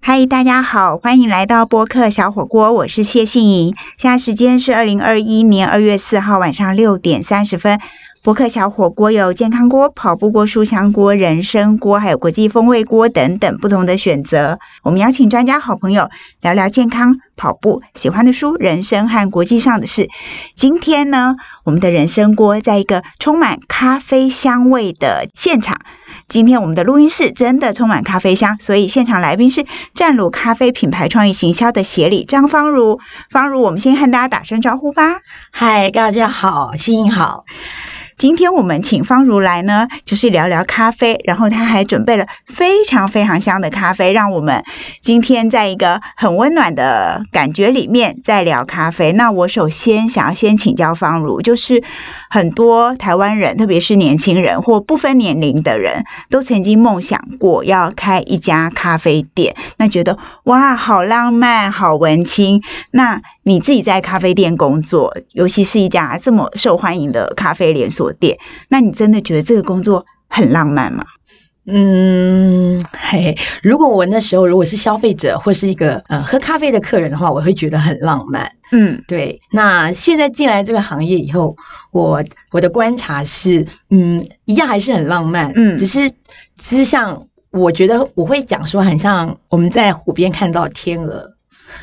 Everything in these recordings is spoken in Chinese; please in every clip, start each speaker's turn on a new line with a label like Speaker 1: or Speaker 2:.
Speaker 1: 嗨，大家好，欢迎来到播客小火锅，我是谢杏莹。现在时间是二零二一年二月四号晚上六点三十分。博客小火锅有健康锅、跑步锅、书香锅、人参锅，还有国际风味锅等等不同的选择。我们邀请专家、好朋友聊聊健康、跑步、喜欢的书、人生和国际上的事。今天呢，我们的人参锅在一个充满咖啡香味的现场。今天我们的录音室真的充满咖啡香，所以现场来宾是湛鲁咖啡品牌创意行销的协理张芳如。芳如，我们先和大家打声招呼吧。
Speaker 2: 嗨，大家好，新好。
Speaker 1: 今天我们请方如来呢，就是聊聊咖啡，然后他还准备了非常非常香的咖啡，让我们今天在一个很温暖的感觉里面再聊咖啡。那我首先想要先请教方如，就是很多台湾人，特别是年轻人或不分年龄的人，都曾经梦想过要开一家咖啡店，那觉得哇，好浪漫，好文青。那你自己在咖啡店工作，尤其是一家这么受欢迎的咖啡连锁店，那你真的觉得这个工作很浪漫吗？
Speaker 2: 嗯，嘿，如果我那时候如果是消费者或是一个呃喝咖啡的客人的话，我会觉得很浪漫。
Speaker 1: 嗯
Speaker 2: 对，那现在进来这个行业以后，我我的观察是，嗯，一样还是很浪漫，
Speaker 1: 嗯
Speaker 2: 只是只是像我觉得我会讲说，很像我们在湖边看到天鹅，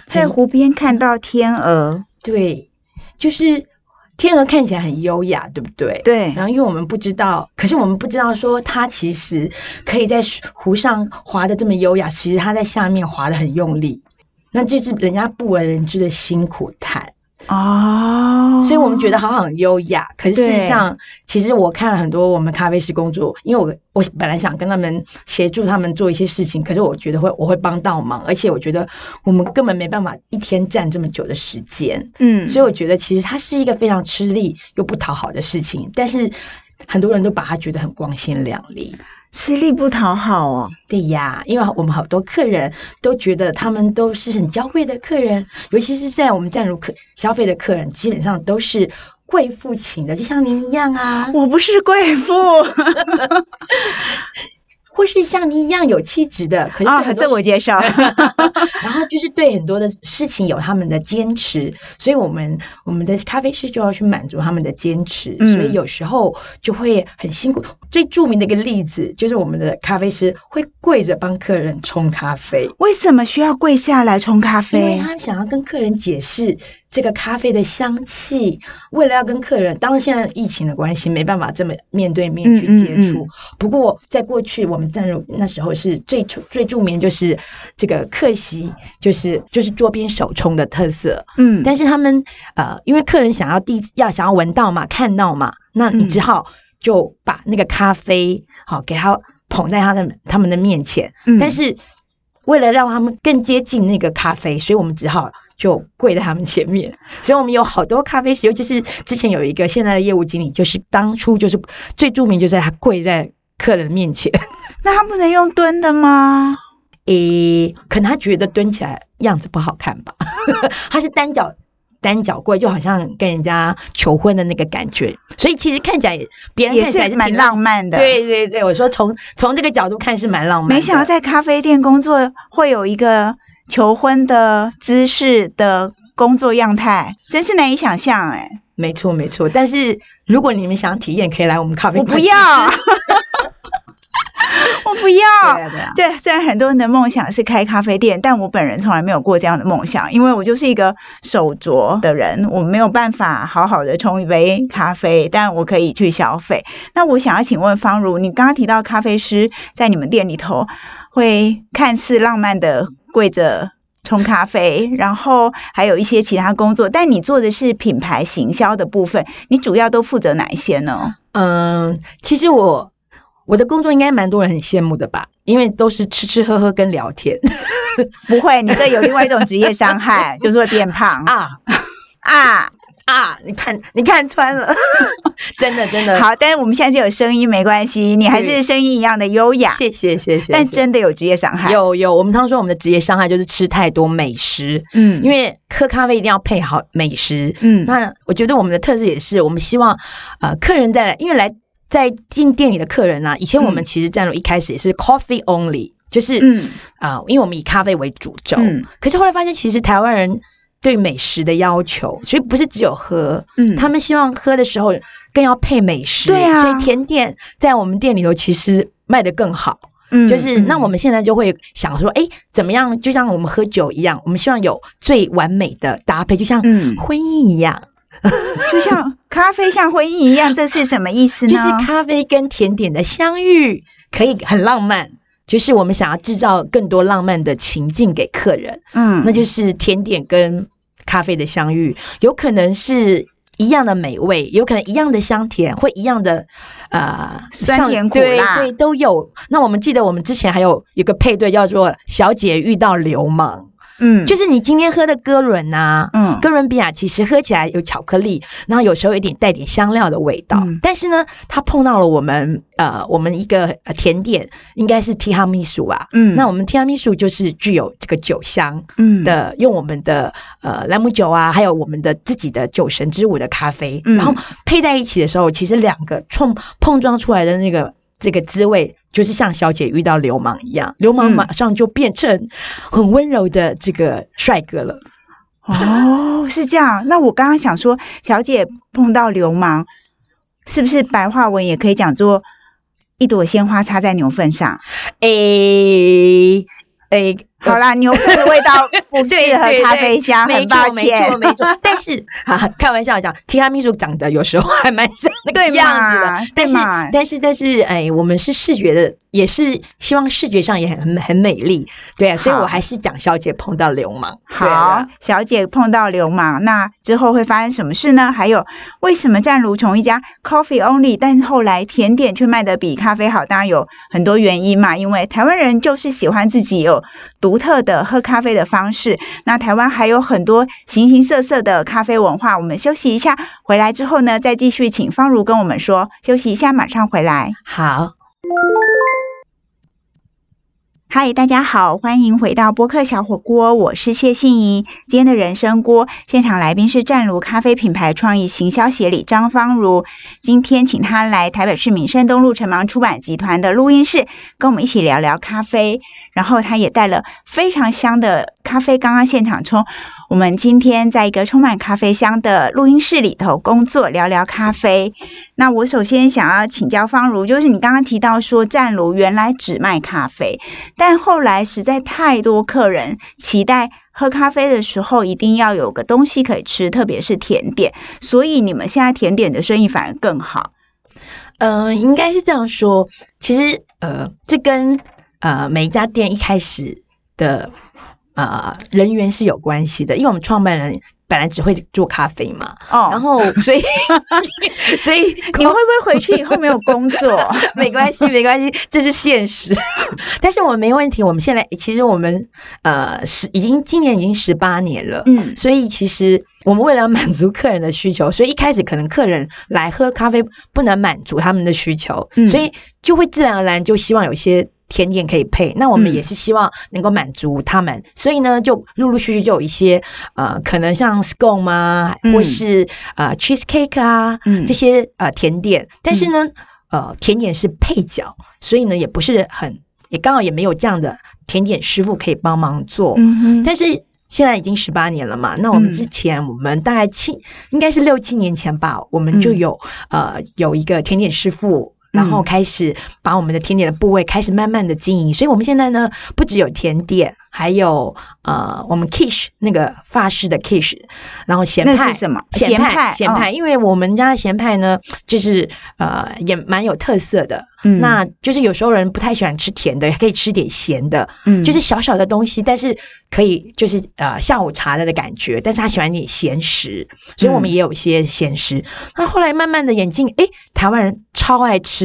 Speaker 1: 在湖边看到天鹅，
Speaker 2: 对，就是天鹅看起来很优雅，对不对？
Speaker 1: 对
Speaker 2: 然后因为我们不知道，可是我们不知道说它其实可以在湖上滑的这么优雅，其实它在下面滑的很用力，那就是人家不为人知的辛苦谈。
Speaker 1: 哦，
Speaker 2: 所以我们觉得好像很优雅，可是事
Speaker 1: 对
Speaker 2: 实上，其实我看了很多我们咖啡师工作，因为我我本来想跟他们协助他们做一些事情，可是我觉得会我会帮到忙，而且我觉得我们根本没办法一天站这么久的时间。
Speaker 1: 嗯，
Speaker 2: 所以我觉得其实它是一个非常吃力又不讨好的事情，但是很多人都把它觉得很光鲜亮丽。
Speaker 1: 吃力不讨好哦，
Speaker 2: 对呀，因为我们好多客人都觉得他们都是很娇贵的客人，尤其是在我们站如客消费的客人，基本上都是贵妇请的，就像您一样啊，
Speaker 1: 我不是贵 妇
Speaker 2: 或是像您一样有气质的。可是对
Speaker 1: 啊，
Speaker 2: 很多
Speaker 1: 自我
Speaker 2: 事
Speaker 1: 介绍，
Speaker 2: 然后就是对很多的事情有他们的坚持，所以我们我们的咖啡师就要去满足他们的坚持，
Speaker 1: 嗯
Speaker 2: 所以有时候就会很辛苦。最著名的一个例子就是我们的咖啡师会跪着帮客人冲咖啡。
Speaker 1: 为什么需要跪下来冲咖
Speaker 2: 因为
Speaker 1: 啡？
Speaker 2: 他想要跟客人解释这个咖啡的香气，为了要跟客人，当然现在疫情的关系没办法这么面对面去接触。
Speaker 1: 嗯嗯
Speaker 2: 不过在过去我们站入那时候是最出最著名就是这个客席，就是就是桌边手冲的特色。
Speaker 1: 嗯，
Speaker 2: 但是他们呃，因为客人想要第一要想要闻到嘛，看到嘛，那你
Speaker 1: 嗯
Speaker 2: 只好就把那个咖啡好、给他捧在他的他们的面前。
Speaker 1: 嗯
Speaker 2: 但是为了让他们更接近那个咖啡，所以我们只好就跪在他们前面。 所以我们有好多咖啡师，尤其是之前有一个现在的业务经理，就是当初就是最著名，就是他跪在客人面 前。
Speaker 1: 那他不能用蹲的吗？
Speaker 2: 诶，可能他觉得蹲起来样子不好看吧， 他是单脚单脚跪，就好像跟人家求婚的那个感觉，所以其实看起来也别人
Speaker 1: 也
Speaker 2: 看起来
Speaker 1: 是蛮
Speaker 2: 挺
Speaker 1: 浪漫的，。
Speaker 2: 对对对，我说从从这个角度看是蛮浪漫的，
Speaker 1: 没想到在咖啡店工作会有一个求婚的姿势的工作样态，真是难以想象哎、
Speaker 2: 没错没错，但是如果你们想体验，可以来我们咖啡
Speaker 1: 我
Speaker 2: 馆
Speaker 1: 不
Speaker 2: 试试。
Speaker 1: 要， 我不
Speaker 2: 对
Speaker 1: 要。
Speaker 2: 啊对啊，
Speaker 1: 对，虽然很多人的梦想是开咖啡店，但我本人从来没有过这样的梦想，因为我就是一个手拙的人，我没有办法好好的冲一杯咖啡，但我可以去消费。那我想要请问方如，你刚刚提到咖啡师在你们店里头会看似浪漫的跪着冲咖啡，然后还有一些其他工作，但你做的是品牌行销的部分，你主要都负责哪一些呢？
Speaker 2: 嗯，其实我我的工作应该蛮多人很羡慕的吧，因为都是吃吃喝喝跟聊天
Speaker 1: 不会，你这有另外一种职业伤害，就是会变胖
Speaker 2: 啊
Speaker 1: 啊
Speaker 2: 啊，你看你看穿了， 真的真的，
Speaker 1: 好，但是我们现在只有声音，没关系，你还是
Speaker 2: 对
Speaker 1: 声音一样的优雅，
Speaker 2: 谢谢谢谢，
Speaker 1: 但
Speaker 2: 谢谢
Speaker 1: 真的有职业伤害。，
Speaker 2: 有有，我们常说我们的职业伤害就是吃太多美食，
Speaker 1: 嗯，
Speaker 2: 因为喝咖啡一定要配好美食。
Speaker 1: 嗯
Speaker 2: 那我觉得我们的特质也是，我们希望呃客人啊在来，因为来在进店里的客人呢、以前我们其实站入一开始也是 coffee only，、就是
Speaker 1: 嗯
Speaker 2: 啊、因为我们以咖啡为主轴，
Speaker 1: 嗯
Speaker 2: 可是后来发现其实台湾人对美食的要求，所以不是只有喝，
Speaker 1: 嗯，
Speaker 2: 他们希望喝的时候更要配美食，
Speaker 1: 对啊
Speaker 2: 所以甜点在我们店里头其实卖得更好。
Speaker 1: 们
Speaker 2: 就是那我们现在就会想说，哎，怎么样？就像我们喝酒一样，我们希望有最完美的搭配，就像
Speaker 1: 嗯，
Speaker 2: 婚姻一样，
Speaker 1: 就像咖啡像婚姻一样，这是什么意思呢？
Speaker 2: 就是咖啡跟甜点的相遇可以很浪漫。就是我们想要制造更多浪漫的情境给客人，
Speaker 1: 嗯，
Speaker 2: 那就是甜点跟咖啡的相遇，有可能是一样的美味，有可能一样的香甜，会一样的呃
Speaker 1: 酸
Speaker 2: 像
Speaker 1: 甜苦
Speaker 2: 对
Speaker 1: 辣
Speaker 2: 对都有。那我们记得我们之前还有一个配对叫做“小姐遇到流氓”，
Speaker 1: 嗯，
Speaker 2: 就是你今天喝的哥伦啊呐、
Speaker 1: 嗯
Speaker 2: 哥伦比亚其实喝起来有巧克力，然后有时候有点带点香料的味道，
Speaker 1: 嗯
Speaker 2: 但是呢，它碰到了我们呃我们一个呃甜点，应该是提哈米苏啊。
Speaker 1: 嗯，
Speaker 2: 那我们提哈米苏就是具有这个酒香
Speaker 1: 嗯
Speaker 2: 的，用我们的呃兰姆酒啊，还有我们的自己的酒神之舞的咖啡，
Speaker 1: 嗯
Speaker 2: 然后配在一起的时候，其实两个碰碰撞出来的那个这个滋味，就是像小姐遇到流氓一样，流氓
Speaker 1: 嗯
Speaker 2: 马上就变成很温柔的这个帅哥了。
Speaker 1: 哦，是这样。那我刚刚想说，小姐碰到流氓，是不是白话文也可以讲作一朵鲜花插在牛粪上？
Speaker 2: 诶、诶、
Speaker 1: 好啦，牛粪的味道不
Speaker 2: 呃 对
Speaker 1: 适合
Speaker 2: 对
Speaker 1: 咖
Speaker 2: 对
Speaker 1: 啡香，
Speaker 2: 没
Speaker 1: 很
Speaker 2: 错
Speaker 1: 抱
Speaker 2: 呃没错
Speaker 1: 歉。
Speaker 2: 没 错。但 是啊，开玩笑讲，提哈秘书长得有时候还蛮像那
Speaker 1: 对嘛
Speaker 2: 个样子的，但
Speaker 1: 对
Speaker 2: 是
Speaker 1: 嘛
Speaker 2: 但是但是，哎，我们是视觉的，也是希望视觉上也很很美丽，对啊，所以
Speaker 1: 好
Speaker 2: 我还是讲小姐碰到流氓，
Speaker 1: 好
Speaker 2: 对啊，
Speaker 1: 小姐碰到流氓，那之后会发生什么事呢？还有，为什么湛如从一家 coffee only，但后来甜点却卖得比咖啡好？当然有很多原因嘛，因为台湾人就是喜欢自己有独特的喝咖啡的方式。那台湾还有很多形形色色的咖啡文化。我们休息一下，回来之后呢，再继续请方如跟我们说。休息一下，马上回来。
Speaker 2: 好，
Speaker 1: 嗨，大家好，欢迎回到播客小火锅，我是谢杏怡。今天的人生锅现场来宾是湛如咖啡品牌创意行销协理张芳如，今天请她来台北市民生东路城芒出版集团的录音室，跟我们一起聊聊咖啡。然后她也带了非常香的咖啡，刚刚现场冲。我们今天在一个充满咖啡香的录音室里头工作，聊聊咖啡。那我首先想要请教方如，就是你刚刚提到说湛如原来只卖咖啡，但后来实在太多客人期待喝咖啡的时候一定要有个东西可以吃，特别是甜点，所以你们现在甜点的生意反而更好。
Speaker 2: 嗯、应该是这样说，其实呃，这跟呃每一家店一开始的呃人员是有关系的，因为我们创办人本来只会做咖啡嘛，
Speaker 1: 哦，
Speaker 2: 然后所以 所以
Speaker 1: 你会不会回去以后没有工作？
Speaker 2: 没关系，没关系，这是现实。 但是我们没问题，我们现在其实我们呃十已经今年已经十八年了。
Speaker 1: 嗯
Speaker 2: 所以其实我们为了满足客人的需求，所以一开始可能客人来喝咖啡不能满足他们的需求，
Speaker 1: 嗯
Speaker 2: 所以就会自然而然就希望有一些甜点可以配。那我
Speaker 1: 嗯
Speaker 2: 们也是希望能够满足他们，所以呢，就陆陆续续就有一些呃，可能像 scone 啊，
Speaker 1: 嗯
Speaker 2: 或是呃 cheesecake 啊、
Speaker 1: 嗯
Speaker 2: 这些呃甜点，但是呢，呃，甜点是配角，所以呢也不是很。也刚好也没有这样的甜点师傅可以帮忙做，
Speaker 1: 嗯哼，
Speaker 2: 但是现在已经十八年了嘛，那我们
Speaker 1: 嗯
Speaker 2: 之前我们大概七，应该是六七年前吧，我们就
Speaker 1: 嗯
Speaker 2: 有、呃有一个甜点师傅。然后
Speaker 1: 嗯
Speaker 2: 开始把我们的甜点的部位开始慢慢的经营，所以我们现在呢，不只有甜点，还有呃，我们 quiche 那个法式的 quiche，然后咸
Speaker 1: 那
Speaker 2: 派
Speaker 1: 是什么？
Speaker 2: 咸
Speaker 1: 派，哦
Speaker 2: 咸派，因为我们家的咸派呢，就是呃也蛮有特色的，
Speaker 1: 嗯，嗯
Speaker 2: 那就是有时候人不太喜欢吃甜的，也可以吃点咸的，
Speaker 1: 嗯
Speaker 2: 就是小小的东西，但是可以就是呃下午茶的的感觉，但是他喜欢点咸食，所以我们
Speaker 1: 嗯
Speaker 2: 也有一些咸食。那、后来慢慢的眼镜，诶，台湾人超爱吃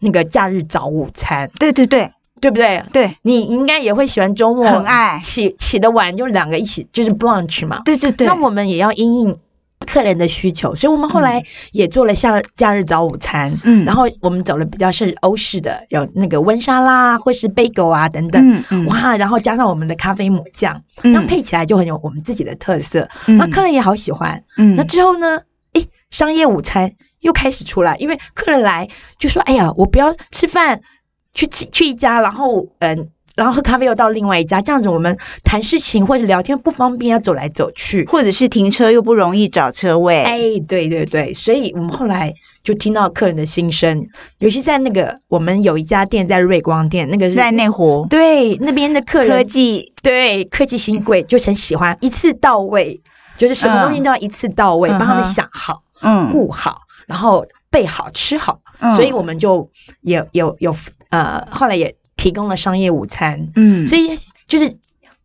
Speaker 2: 那个假日早午餐，
Speaker 1: 对对对
Speaker 2: 对不对？
Speaker 1: 对
Speaker 2: 你应该也会喜欢周末
Speaker 1: 很爱
Speaker 2: 起起得晚，就两个一起就是 brunch 嘛。
Speaker 1: 对对对，
Speaker 2: 那我们也要因应客人的需求，所以我们后来也做了夏假日早午餐。
Speaker 1: 嗯，
Speaker 2: 然后我们走了比较是欧式的，有那个温莎啦，或是贝狗啊等等。
Speaker 1: 嗯嗯
Speaker 2: 哇，然后加上我们的咖啡抹酱，这样
Speaker 1: 嗯，
Speaker 2: 配起来就很有我们自己的特色。
Speaker 1: 嗯
Speaker 2: 那客人也好喜欢。
Speaker 1: 嗯
Speaker 2: 那之后呢？诶，商业午餐又开始出来，因为客人来就说：“哎呀，我不要吃饭，去吃去一家，然后嗯、然后喝咖啡又到另外一家，这样子我们谈事情或者聊天不方便，要走来走去。
Speaker 1: 或者是停车又不容易找车位。
Speaker 2: 哎，对对对，所以我们后来就听到客人的心声，尤其在那个我们有一家店在瑞光店，那个是
Speaker 1: 在内湖
Speaker 2: 对那边的客
Speaker 1: 科
Speaker 2: 人
Speaker 1: 技
Speaker 2: 对科技新贵就很喜欢一次到位，就是什么东西都要一次到位，
Speaker 1: 嗯
Speaker 2: 帮他
Speaker 1: 嗯
Speaker 2: 们
Speaker 1: 哼
Speaker 2: 想好、
Speaker 1: 嗯，
Speaker 2: 顾好，然后备好、吃好。
Speaker 1: 嗯
Speaker 2: 所以我们就也有有呃，后来也提供了商业午餐，
Speaker 1: 嗯，
Speaker 2: 所
Speaker 1: 以
Speaker 2: 以就是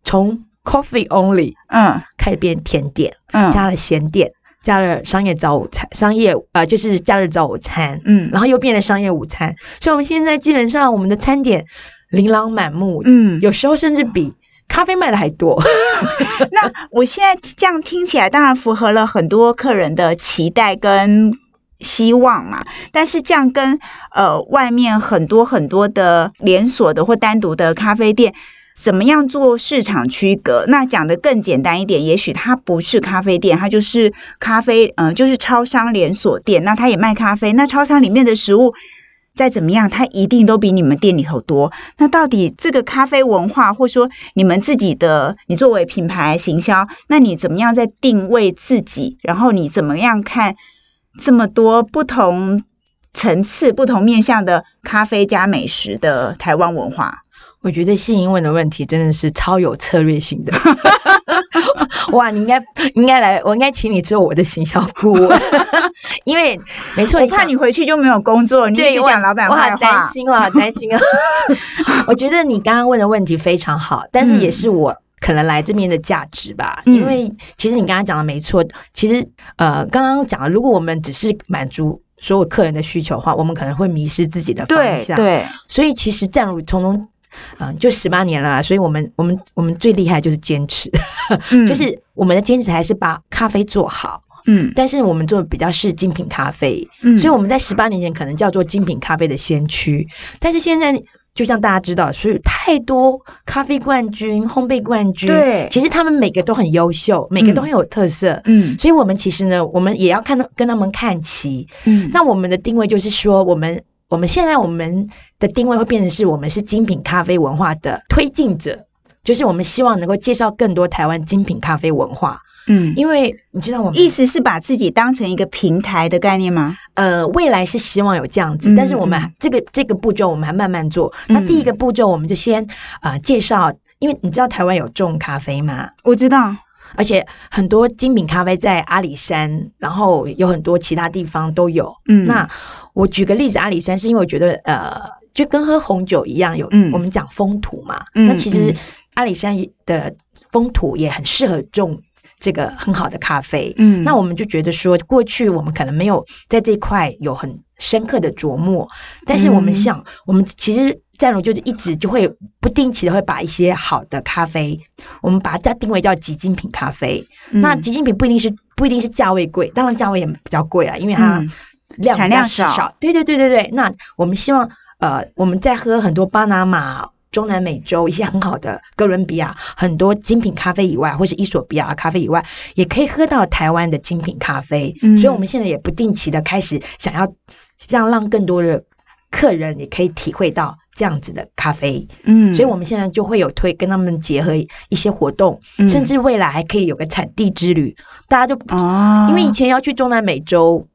Speaker 2: 从 coffee only
Speaker 1: 嗯
Speaker 2: 开始变甜点，
Speaker 1: 嗯
Speaker 2: 加了咸点，加了商业早午餐，商业呃就是假日早午餐，
Speaker 1: 嗯
Speaker 2: 然后又变了商业午餐，所以我们现在基本上我们的餐点琳琅满目，
Speaker 1: 嗯，
Speaker 2: 有时候甚至比咖啡卖的还多。
Speaker 1: 那我现在这样听起来，当然符合了很多客人的期待跟希望嘛。但是这样跟呃外面很多很多的连锁的或单独的咖啡店，怎么样做市场区隔？那讲的更简单一点，也许它不是咖啡店，它就是咖啡，呃，就是超商连锁店。那它也卖咖啡，那超商里面的食物。再怎么样，它一定都比你们店里头多。那到底这个咖啡文化，或说你们自己的，你作为品牌行销，那你怎么样在定位自己？然后你怎么样看这么多不同层次、不同面向的咖啡加美食的台湾文化？
Speaker 2: 我觉得谢英问的问题真的是超有策略 性的，哇！你应该应该来，我应该请你做我的行销顾问，因为没错，
Speaker 1: 我怕
Speaker 2: 想
Speaker 1: 你回去就没有工作，你一
Speaker 2: 对
Speaker 1: 直
Speaker 2: 我
Speaker 1: 讲老板
Speaker 2: 我
Speaker 1: 坏
Speaker 2: 好担
Speaker 1: 话。
Speaker 2: 心，我好担 心啊！我觉得你刚刚问的问题非常好，但是也是我可能来这边的价值吧，
Speaker 1: 嗯
Speaker 2: 因为其实你刚刚讲的没错，其实呃，刚刚讲的，如果我们只是满足所有客人的需求的话，我们可能会迷失自己的方
Speaker 1: 对
Speaker 2: 向。
Speaker 1: 对，
Speaker 2: 所以其实站如从中，嗯、就十八年了啊，所以我们我们我们最厉害就是坚持，
Speaker 1: 嗯，
Speaker 2: 就是我们的坚持还是把咖啡做好，
Speaker 1: 嗯
Speaker 2: 但是我们做的比较是精品咖啡，
Speaker 1: 嗯，
Speaker 2: 所以我们在十八年前可能叫做精品咖啡的先驱，但是现在就像大家知道，所以太多咖啡冠军、烘焙冠军，
Speaker 1: 对
Speaker 2: 其实他们每个都很优秀，每个都很有特色。
Speaker 1: 嗯
Speaker 2: 所以，我们其实呢，我们也要看到跟他们看齐，
Speaker 1: 嗯
Speaker 2: 那我们的定位就是说，我们我们现在我们的定位会变成是我们是精品咖啡文化的推进者，就是我们希望能够介绍更多台湾精品咖啡文化，
Speaker 1: 嗯，
Speaker 2: 因为你知道我们
Speaker 1: 意思是把自己当成一个平台的概念吗？
Speaker 2: 呃未来是希望有这样子，
Speaker 1: 嗯
Speaker 2: 但是我们这个这个步骤我们还慢慢做。
Speaker 1: 嗯
Speaker 2: 那第一个步骤我们就先呃介绍，因为你知道台湾有种咖啡吗？
Speaker 1: 我知道，
Speaker 2: 而且很多精品咖啡在阿里山，然后有很多其他地方都有。
Speaker 1: 嗯
Speaker 2: 那我举个例子，阿里山是因为我觉得呃，就跟喝红酒一样，有、
Speaker 1: 嗯
Speaker 2: 我们讲风土嘛。
Speaker 1: 嗯
Speaker 2: 那其实
Speaker 1: 嗯
Speaker 2: 阿里山的风土也很适合种这个很好的咖啡。
Speaker 1: 嗯，
Speaker 2: 那我们就觉得说，过去我们可能没有在这一块有很深刻的琢磨，但是我们
Speaker 1: 嗯
Speaker 2: 想，我们其实湛如就是一直就会不定期的会把一些好的咖啡，我们把它定位叫极精品咖啡。那
Speaker 1: 嗯
Speaker 2: 极精品不一定是不一定是价位贵，当然价位也比较贵啦，因为它
Speaker 1: 嗯
Speaker 2: 量
Speaker 1: 产
Speaker 2: 比较
Speaker 1: 量少
Speaker 2: 对对对对对。那我们希望呃，我们在喝很多巴拿马。中南美洲一些很好的哥伦比亚很多精品咖啡以外，或是伊索比亚咖啡以外，也可以喝到台湾的精品咖啡。
Speaker 1: 嗯
Speaker 2: 所以，我们现在也不定期的开始想要让让更多的客人也可以体会到这样子的咖啡。
Speaker 1: 嗯，
Speaker 2: 所以，我们现在就会有推跟他们结合一些活动，
Speaker 1: 嗯
Speaker 2: 甚至未来还可以有个产地之旅，大家就
Speaker 1: 哦，
Speaker 2: 因为以前要去中南美洲，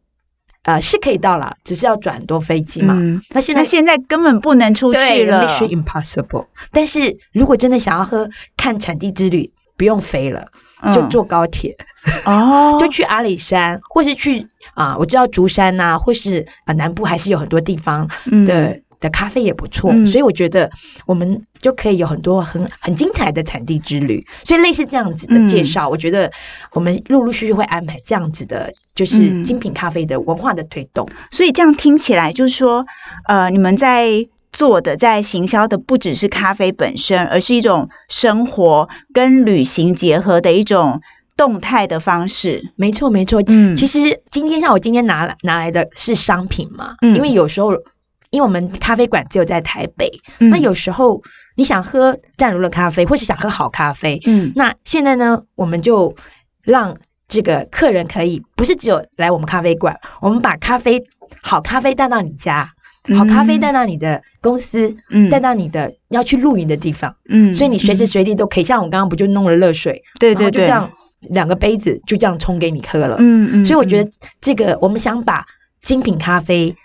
Speaker 2: 呃，是可以到了，只是要转很多飞机嘛。
Speaker 1: 嗯，
Speaker 2: 那现在
Speaker 1: 那现在根本不能出去
Speaker 2: 对
Speaker 1: 了。
Speaker 2: ，Mission Impossible。但是如果真的想要喝看产地之旅，不用飞了，
Speaker 1: 嗯
Speaker 2: 就坐高铁，
Speaker 1: 哦，
Speaker 2: 就去阿里山，或是去啊、我知道竹山呐、或是啊、呃南部还是有很多地方
Speaker 1: 嗯
Speaker 2: 的、的咖啡也不错，
Speaker 1: 嗯
Speaker 2: 所以我觉得我们就可以有很多很很精彩的产地之旅。所以类似这样子的介
Speaker 1: 嗯
Speaker 2: 绍，我觉得我们陆陆续续会安排这样子的，就是
Speaker 1: 嗯
Speaker 2: 精品咖啡的文化的推动。
Speaker 1: 所以这样听起来就是说，呃，你们在做的在行销的不只是咖啡本身，而是一种生活跟旅行结合的一种动态的方式。
Speaker 2: 没错，没错。
Speaker 1: 嗯
Speaker 2: 其实今天像我今天拿来拿来的是商品嘛，
Speaker 1: 嗯
Speaker 2: 因为有时候。因为我们咖啡馆只有在台北，
Speaker 1: 嗯
Speaker 2: 那有时候你想喝湛如的咖啡，或是想喝好咖啡，
Speaker 1: 嗯
Speaker 2: 那现在呢，我们就让这个客人可以不是只有来我们咖啡馆，我们把咖啡好咖啡带到你家，好咖啡带到你的公司，
Speaker 1: 嗯
Speaker 2: 带到你的要去露营的地方，
Speaker 1: 嗯
Speaker 2: 所以你随时
Speaker 1: 嗯
Speaker 2: 随地都可以。像我刚刚不就弄了热水，
Speaker 1: 对
Speaker 2: 然
Speaker 1: 对
Speaker 2: 后就
Speaker 1: 对，
Speaker 2: 这样两个杯子就这样冲给你喝了。
Speaker 1: 嗯嗯，
Speaker 2: 所以我觉
Speaker 1: 得
Speaker 2: 得这个我们想把精品咖啡，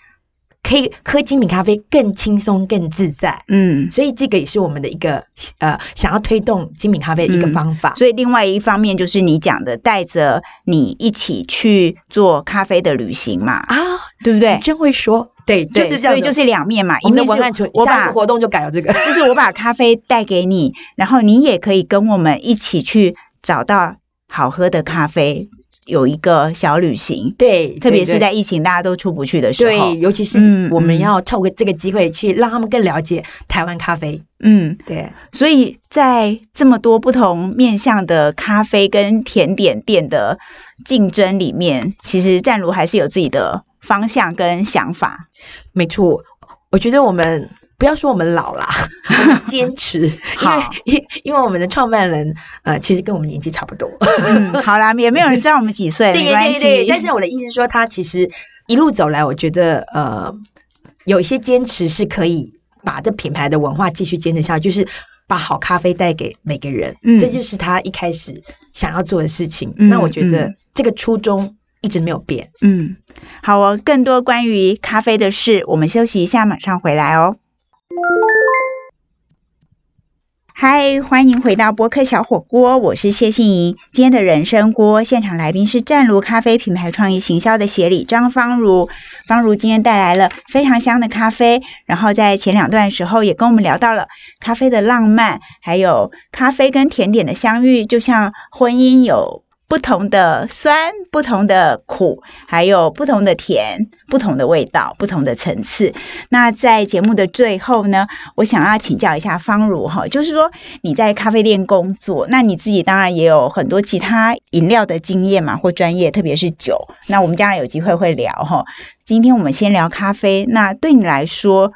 Speaker 2: 可以喝精品咖啡更轻松、更自在。
Speaker 1: 嗯。
Speaker 2: 所以这个也是我们的一个呃想要推动精品咖啡的一个
Speaker 1: 嗯
Speaker 2: 方法。
Speaker 1: 所以另外一方面就是你讲的，带着你一起去做咖啡的旅行嘛，
Speaker 2: 啊，
Speaker 1: 对不对
Speaker 2: 你？真会说，对，就
Speaker 1: 对，
Speaker 2: 是这
Speaker 1: 所
Speaker 2: 样
Speaker 1: 以
Speaker 2: 子。
Speaker 1: 就是两面嘛，
Speaker 2: 我
Speaker 1: 一
Speaker 2: 们的
Speaker 1: 面
Speaker 2: 文案
Speaker 1: 是
Speaker 2: 就
Speaker 1: 我
Speaker 2: 下一
Speaker 1: 把
Speaker 2: 个活动就改到 这个。
Speaker 1: 就是我把咖啡带给你，然后你也可以跟我们一起去找到好喝的咖啡，有一个小旅行。
Speaker 2: 对，
Speaker 1: 特别
Speaker 2: 对
Speaker 1: 是在疫情大家都出不去的时
Speaker 2: 对，
Speaker 1: 候
Speaker 2: 对，尤其
Speaker 1: 嗯
Speaker 2: 是我
Speaker 1: 嗯
Speaker 2: 们要透过这个机会去让他们更了解台湾咖啡。
Speaker 1: 嗯，
Speaker 2: 对，
Speaker 1: 所以在这么多不同面向的咖啡跟甜点店的竞争里面，其实湛如还是有自己的方向跟想法。
Speaker 2: 没错，我觉得我们不要说我们老啦，我们坚持， 因为
Speaker 1: 好
Speaker 2: 因因为我们的创办人呃，其实跟我们年纪差不多，
Speaker 1: 嗯，好啦，也没有人知道我们几岁，
Speaker 2: 对
Speaker 1: 没
Speaker 2: 对
Speaker 1: 关
Speaker 2: 对
Speaker 1: 系。
Speaker 2: 对。但是我的意思是说，他其实一路走来，我觉得呃，有一些坚持是可以把这品牌的文化继续坚持下去，就是。把好咖啡带给每个人，
Speaker 1: 嗯
Speaker 2: 这就是他一开始想要做的事情。
Speaker 1: 嗯
Speaker 2: 那我觉得
Speaker 1: 嗯
Speaker 2: 这个初衷一直没有变。
Speaker 1: 嗯，好哦，更多关于咖啡的事，我们休息一下，马上回来哦。嗨，欢迎回到播客小火锅，我是谢杏怡。今天的人生锅现场来宾是湛如咖啡品牌创意行销的协理张芳如。芳如今天带来了非常香的咖啡，然后在前两段时候也跟我们聊到了咖啡的浪漫，还有咖啡跟甜点的相遇，就像婚姻有不同的酸、不同的苦，还有不同的甜、不同的味道、不同的层次。那在节目的最后呢，我想要请教一下方如哈，就是说你在咖啡店工作，那你自己当然也有很多其他饮料的经验嘛，或专业，特别是酒。那我们将来有机会会聊哈。今天我们先聊咖啡，那对你来说，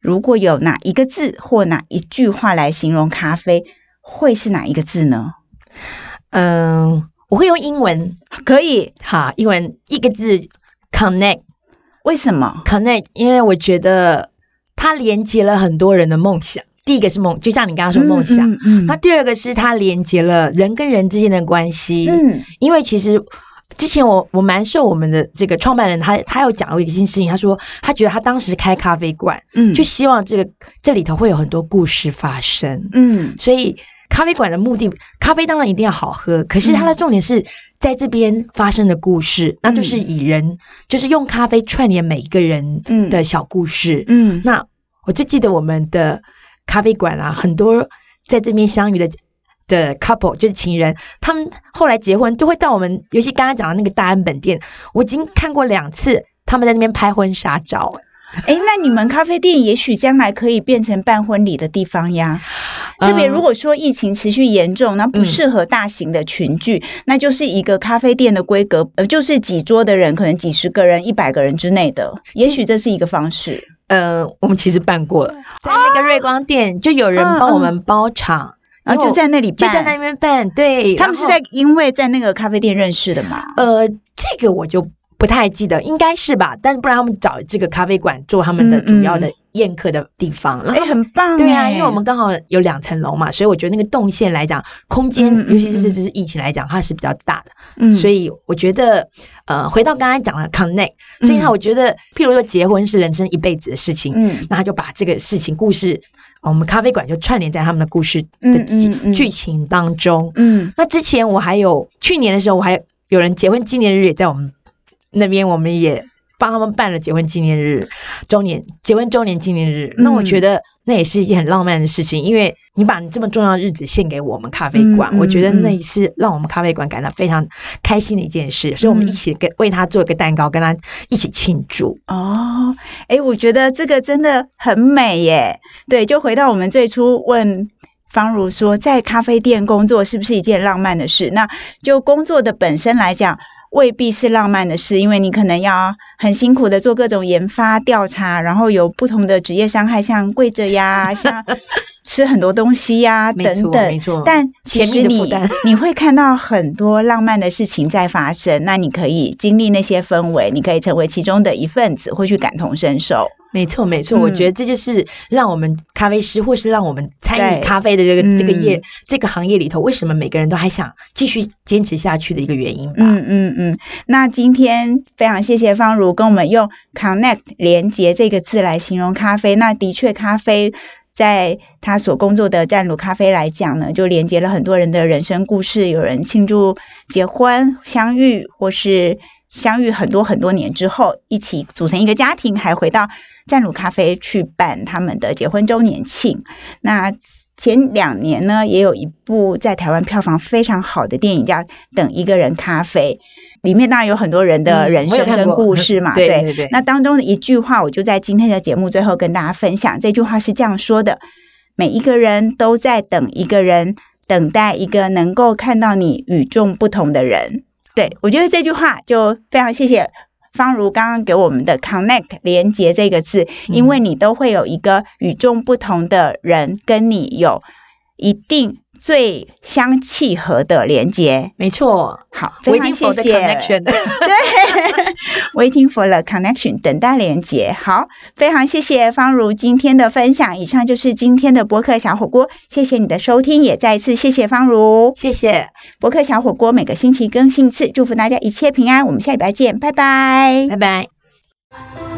Speaker 1: 如果有哪一个字或哪一句话来形容咖啡，会是哪一个字呢？
Speaker 2: 嗯，我会用英文，
Speaker 1: 可以，
Speaker 2: 哈，英文一个字 connect。
Speaker 1: 为什么？
Speaker 2: connect，因为我觉得它连接了很多人的梦想。第一个是梦，就像你刚刚说梦想。
Speaker 1: 嗯，嗯
Speaker 2: 那、第二个是它连接了人跟人之间的关系。
Speaker 1: 嗯
Speaker 2: 因为其实之前我我蛮受我们的这个创办人他他有讲过一件事情，他说他觉得他当时开咖啡馆，
Speaker 1: 嗯，
Speaker 2: 就希望这个这里头会有很多故事发生。
Speaker 1: 嗯
Speaker 2: 所以咖啡馆的目的，咖啡当然一定要好喝，可是它的重点是在这边发生的故事，那就是以人，就是用咖啡串联每一个人
Speaker 1: 嗯
Speaker 2: 的小故事。
Speaker 1: 嗯
Speaker 2: 那我就记得我们的咖啡馆啊，很多在这边相遇的。的 couple 就是情人，他们后来结婚都会到我们，尤其刚刚讲的那个大安本店，我已经看过两次他们在那边拍婚纱照。
Speaker 1: 哎，那你们咖啡店也许将来可以变成办婚礼的地方呀。特别
Speaker 2: 嗯
Speaker 1: 如果说疫情持续严重，那不
Speaker 2: 嗯
Speaker 1: 适合大型的群聚，那就是一个咖啡店的规格，呃，就是几桌的人，可能几十个人、一百个人之内的，也许这是一个方式。
Speaker 2: 呃，我们其实办过了，在那个瑞光店就有人帮我们包场，
Speaker 1: 然后就在那里
Speaker 2: 嗯哦就
Speaker 1: 办，
Speaker 2: 在那边办。对，
Speaker 1: 他们是
Speaker 2: 然后
Speaker 1: 在因为在那个咖啡店认识的嘛？
Speaker 2: 呃，这个我就不太记得，应该是吧？但不然他们找这个咖啡馆做他们的主要的宴客的地方。然
Speaker 1: 哎、
Speaker 2: 后
Speaker 1: 很棒、
Speaker 2: 对啊，
Speaker 1: 哎
Speaker 2: 因为我们刚好有两层楼嘛，所以我觉得那个动线来讲，空间，
Speaker 1: 嗯嗯
Speaker 2: 尤其是
Speaker 1: 嗯
Speaker 2: 这是疫情来讲，它是比较大的。
Speaker 1: 嗯，
Speaker 2: 所以我觉得，呃，回到刚才讲的 connect，所以
Speaker 1: 嗯
Speaker 2: 呢，我觉得，譬如说结婚是人生一辈子的事情，
Speaker 1: 嗯
Speaker 2: 那他就把这个事情故事，呃我们咖啡馆就串联在他们的故事
Speaker 1: 嗯
Speaker 2: 的剧
Speaker 1: 嗯嗯
Speaker 2: 剧情当中。
Speaker 1: 嗯
Speaker 2: 那之前我还有去年的时候，我还有人结婚纪念日也在我们那边，我们也帮他们办了结婚纪念日周年结婚周年纪念日。那我
Speaker 1: 嗯
Speaker 2: 觉得那也是一件很浪漫的事情，因为你把你这么重要的日子献给我们咖啡馆，
Speaker 1: 嗯嗯
Speaker 2: 我觉得
Speaker 1: 嗯
Speaker 2: 那也是让我们咖啡馆感到非常开心的一件事。所以我
Speaker 1: 嗯
Speaker 2: 们一起跟为他做一个蛋糕，跟他一起庆祝。
Speaker 1: 哦，哎，我觉得这个真的很美耶。对，就回到我们最初问方如说，在咖啡店工作是不是一件浪漫的事？那就工作的本身来讲，未必是浪漫的事，因为你可能要很辛苦的做各种研发调查，然后有不同的职业伤害，像跪着呀， 像吃很多东西呀
Speaker 2: 没
Speaker 1: 等
Speaker 2: 错
Speaker 1: 等
Speaker 2: 没。错
Speaker 1: 但其
Speaker 2: 甜
Speaker 1: 实
Speaker 2: 蜜的
Speaker 1: 你
Speaker 2: 负担
Speaker 1: 你会看到很多浪漫的事情在发生，那你可以经历那些氛围，你可以成为其中的一份子，会去感同身受。
Speaker 2: 没错，没错，我
Speaker 1: 嗯
Speaker 2: 觉得这就是让我们咖啡师，或是让我们参与
Speaker 1: 对
Speaker 2: 咖啡的这个这个
Speaker 1: 嗯
Speaker 2: 业、这个行业里头，为什么每个人都还想继续坚持下去的一个原因吧。
Speaker 1: 嗯嗯嗯，那今天非常谢谢方如跟我们用 “connect” 连接这个字来形容咖啡。那的确，咖啡在他所工作的湛鲁咖啡来讲呢，就连接了很多人的人生故事。有人庆祝结婚、相遇，或是相遇很多很多年之后，一起组成一个家庭，还回到湛鲁咖啡去办他们的结婚周年庆。那前两年呢，也有一部在台湾票房非常好的电影叫《等一个人咖啡》，里面当然有很多人的
Speaker 2: 嗯
Speaker 1: 人
Speaker 2: 我
Speaker 1: 生
Speaker 2: 有看
Speaker 1: 跟
Speaker 2: 过
Speaker 1: 故事嘛，
Speaker 2: 对对对
Speaker 1: 那当中的一句话，我就在今天的节目最后跟大家分享，这句话是这样说的：每一个人都在等一个人，等待一个能够看到你与众不同的人。对我觉得这句话就非常谢谢方如刚刚给我们的 connect 连接这个字，
Speaker 2: 嗯
Speaker 1: 因为你都会有一个与众不同的人跟你有一定最相契合的连接。
Speaker 2: 没错，
Speaker 1: 好，
Speaker 2: 我
Speaker 1: 非
Speaker 2: 一
Speaker 1: 常
Speaker 2: 定
Speaker 1: 谢
Speaker 2: for the
Speaker 1: 谢。
Speaker 2: connection。
Speaker 1: 对，waiting for the connection，等待连接。好，非常谢谢方如今天的分享。以上就是今天的博客小火锅，谢谢你的收听，也再一次谢谢方如。
Speaker 2: 谢谢，
Speaker 1: 博客小火锅每个星期更新一次，祝福大家一切平安。我们下礼拜见，拜拜
Speaker 2: 拜拜。
Speaker 3: 「